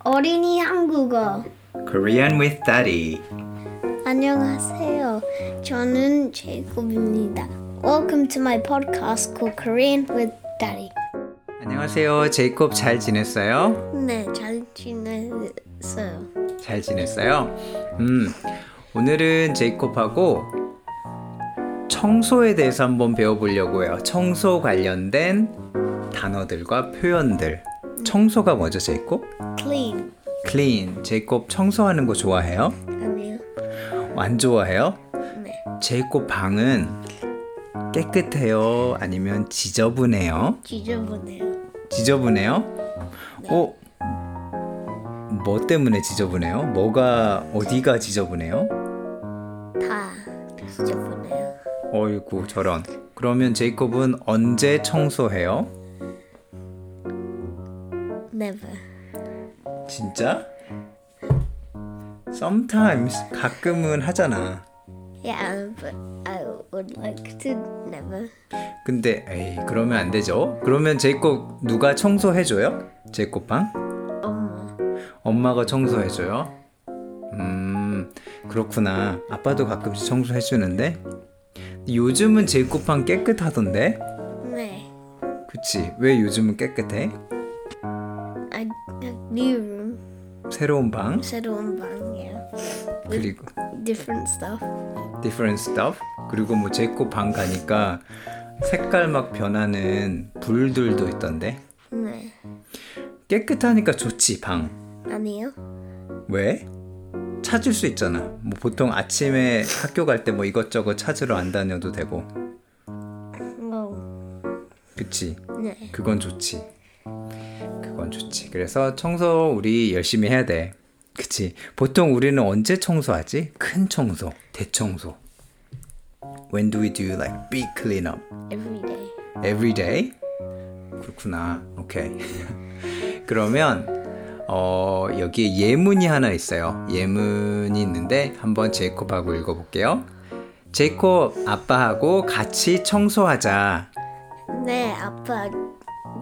어린이 한국어. Korean with Daddy. 안녕하세요. 저는 제이콥입니다. Welcome to my podcast called Korean with Daddy. 안녕하세요. 제이콥 잘 지냈어요? 네, 잘 지냈어요. 잘 지냈어요? 음, 오늘은 제이콥하고 청소에 대해서 한번 배워보려고 해요. 청소 관련된 단어들과 표현들. 청소가 뭐죠, 제이콥? Clean. Clean. 제이콥 청소하는 거 좋아해요? 아니요. 안 좋아해요? 네. 제이콥 방은 깨끗해요? 아니면 지저분해요? 지저분해요. 지저분해요? 어? 뭐 때문에 지저분해요? 뭐가 어디가 지저분해요? 다 지저분해요. 어이구 저런. 그러면 제이콥은 언제 청소해요? Never. 진짜? Sometimes 가끔은 하잖아. Yeah, but I would like to never. 근데 에이 그러면 안 되죠. 그러면 제이콥 누가 청소해 줘요? 제이콥 방? 엄마. 엄마가 청소해 줘요. 음 그렇구나. 아빠도 가끔씩 청소해 주는데 요즘은 제이콥 방 깨끗하던데. 네. 그치 왜 요즘은 깨끗해? I have new room. 새로운 방 새로운 방이에요. 그리고 Different stuff. different stuff 그리고 뭐 제코 방 가니까 색깔 막 변하는 불들도 있던데 네. 깨끗하니까 좋지 방 아니요. 왜? 찾을 수 있잖아 뭐 보통 아침에 학교 갈 때 뭐 이것저것 찾으러 안 다녀도 되고 뭐. 그치 네. 그건 좋지 그건 좋지 그래서 청소 우리 열심히 해야 돼 그치 보통 우리는 언제 청소하지? 큰 청소 대청소 When do we do like big cleanup? Every day. Every day? 그렇구나. 오케이. 그러면 어, 여기에 예문이 하나 있어요. 예문이 있는데 한번 제이콥하고 읽어볼게요. 제이콥 아빠하고 같이 청소하자. 네, 아빠.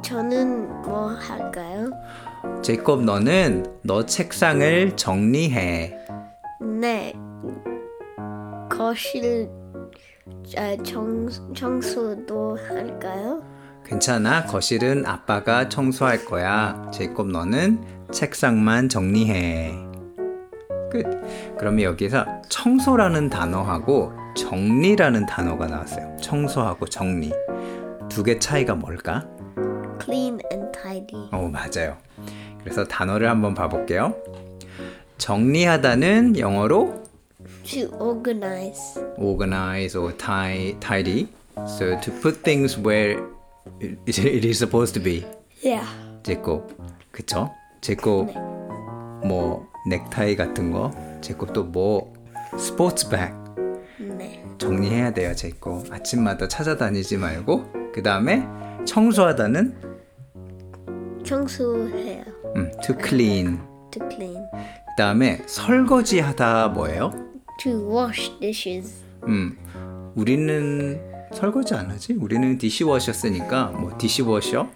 저는 뭐 할까요? 제이콥 너는 너 책상을 정리해. 네. 거실 아, 청, 청소도 할까요? 괜찮아. 거실은 아빠가 청소할 거야. 제이콥 너는 책상만 정리해. 끝. 그러면 여기서 청소라는 단어하고 정리라는 단어가 나왔어요. 청소하고 정리. 두 개 차이가 뭘까? Clean and tidy. 어, 맞아요. 그래서 단어를 한번 봐볼게요. 정리하다는 영어로 To organize. organize or ti- tidy. So to put things where it it is supposed to be. Yeah. 제곱 그쵸? 제곱 뭐 넥타이 같은 거 제곱 또뭐 스포츠백 네. 정리해야 돼요 제곱 아침마다 찾아다니지 말고 그 다음에 청소하다는 청소해요. 음, to clean To clean. 그 다음에 설거지하다 뭐예요? To wash dishes. 음 우리는 설거지 안 하지? 우리는 디시워셔 쓰니까 뭐 디시워셔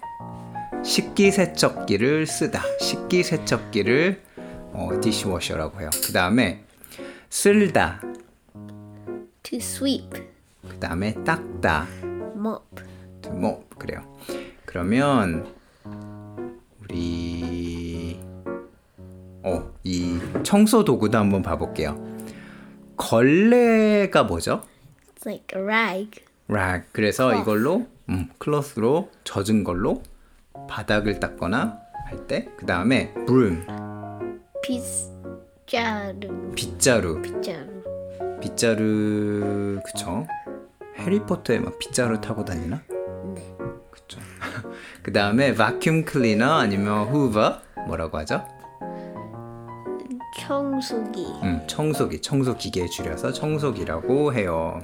식기세척기를 쓰다. 식기세척기를 어, 디시워셔라고 해요. 그 다음에 쓸다. To sweep. 그 다음에 닦다. Mop. 뭐 그래요. 그러면 우리 어이 청소 도구도 한번 봐볼게요. 걸레가 뭐죠? It's like a rag. 락. 그래서 이걸로 음, 클로스로 젖은 걸로 바닥을 닦거나 할 때. 그 다음에 브룸 Piece. 자루. 빗자루. 자루. 빗자루 그쵸? 해리포터에 막 빗자루 타고 다니나? 네. 그쵸. 그 다음에 vacuum cleaner 아니면 hoover 뭐라고 하죠? 청소기. 음, 청소기, 청소 기계에 줄여서 청소기라고 해요.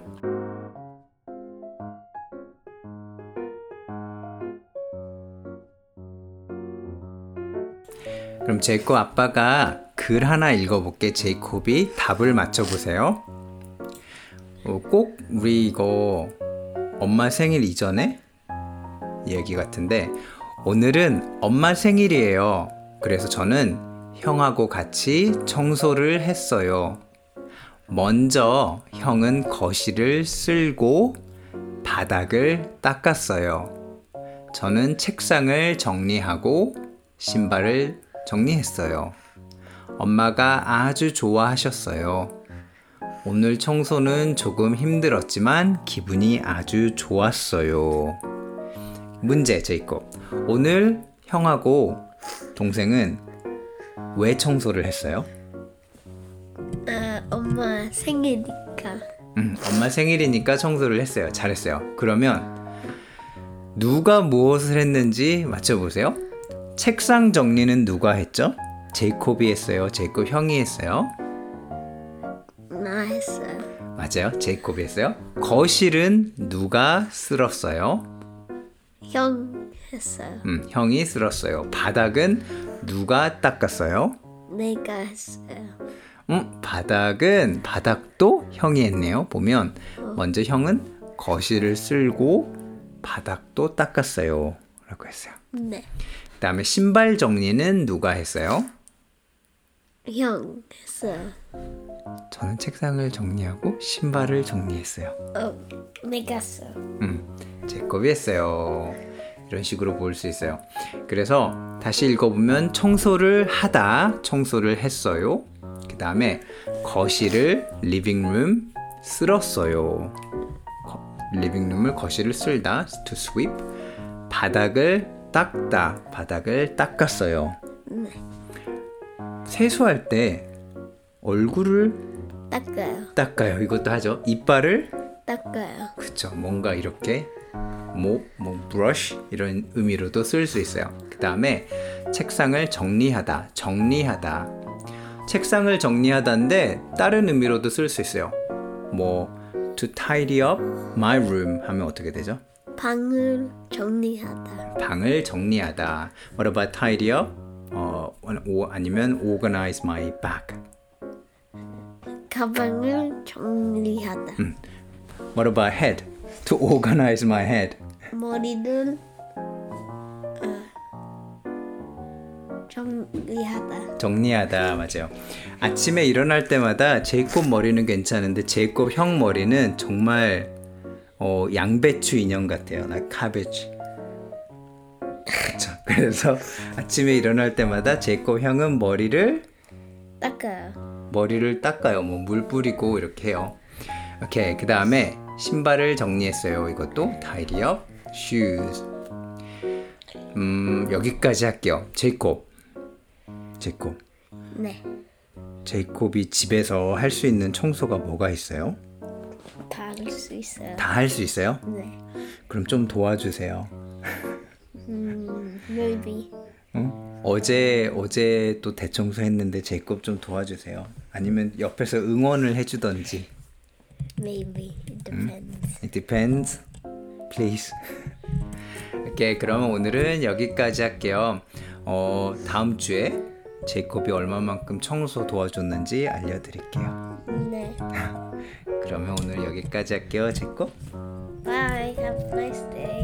그럼 제이콥 아빠가 글 하나 읽어볼게. 제이콥이 답을 맞춰보세요. 어, 꼭 우리 이거 엄마 생일 이전에 얘기 같은데 오늘은 엄마 생일이에요. 그래서 저는 형하고 같이 청소를 했어요. 먼저 형은 거실을 쓸고 바닥을 닦았어요. 저는 책상을 정리하고 신발을 정리했어요. 엄마가 아주 좋아하셨어요. 오늘 청소는 조금 힘들었지만 기분이 아주 좋았어요. 문제 제이콥. 오늘 형하고 동생은 왜 청소를 했어요? 아, 엄마 생일이니까. 음, 엄마 생일이니까 청소를 했어요. 잘했어요. 그러면 누가 무엇을 했는지 맞춰보세요. 책상 정리는 누가 했죠? 제이콥이 했어요. 제이콥 형이 했어요. 나 했어요. 맞아요. 제이콥이 했어요. 거실은 누가 쓸었어요? 형 했어요. 음, 형이 쓸었어요. 바닥은 누가 닦았어요? 내가 했어요. 음, 바닥은 바닥도 형이 했네요. 보면 먼저 형은 거실을 쓸고 바닥도 닦았어요. 라고 했어요. 네. 그다음에 신발 정리는 누가 했어요? 형 했어요. 저는 책상을 정리하고 신발을 정리했어요. 어, 내가 했어요. 음, 제곱이 했어요. 이런 식으로 볼 수 있어요. 그래서 다시 읽어보면 청소를 하다 청소를 했어요. 그 다음에 거실을 리빙룸 쓸었어요. 거- 리빙룸을 거실을 쓸다 to sweep 바닥을 닦다 바닥을 닦았어요. 세수할 때 얼굴을 닦아요. 닦아요. 이것도 하죠. 이빨을 닦아요. 그쵸. 뭔가 이렇게 뭐, 뭐 브러쉬 이런 의미로도 쓸 수 있어요. 그 다음에 책상을 정리하다, 정리하다. 책상을 정리하다인데 다른 의미로도 쓸 수 있어요. 뭐 to tidy up my room 하면 어떻게 되죠? 방을 정리하다. 방을 정리하다. What about tidy up? 어, 오, 아니면 organize my bag. 가방을 정리하다. What about head? To organize my head. 머리를 어, 정리하다. 정리하다 맞아요. 아침에 일어날 때마다 제이콥 머리는 괜찮은데 제이콥 형 머리는 정말 어, 양배추 인형 같아요. 나 카베치. 그렇죠. 그래서 아침에 일어날 때마다 제이콥 형은 머리를 닦아요. 머리를 닦아요. 뭐 물 뿌리고 이렇게 해요. 오케이. 그 다음에 신발을 정리했어요. 이것도 tidy up shoes. 음 여기까지 할게요. 제이콥. 제이콥. 네. 제이콥이 집에서 할 수 있는 청소가 뭐가 있어요? 다 할 수 있어요. 다 할 수 있어요? 네. 그럼 좀 도와주세요. 음, maybe. 응? 어제 어제 또 대청소했는데 제이콥 좀 도와주세요. 아니면 옆에서 응원을 해주던지. Maybe. It depends. It depends. Please. 오케이 그러면 오늘은 여기까지 할게요. 어 다음 주에 제이콥이 얼마만큼 청소 도와줬는지 알려드릴게요. 네. 그러면 오늘 여기까지 할게요, 제이콥. Bye. Have a nice day.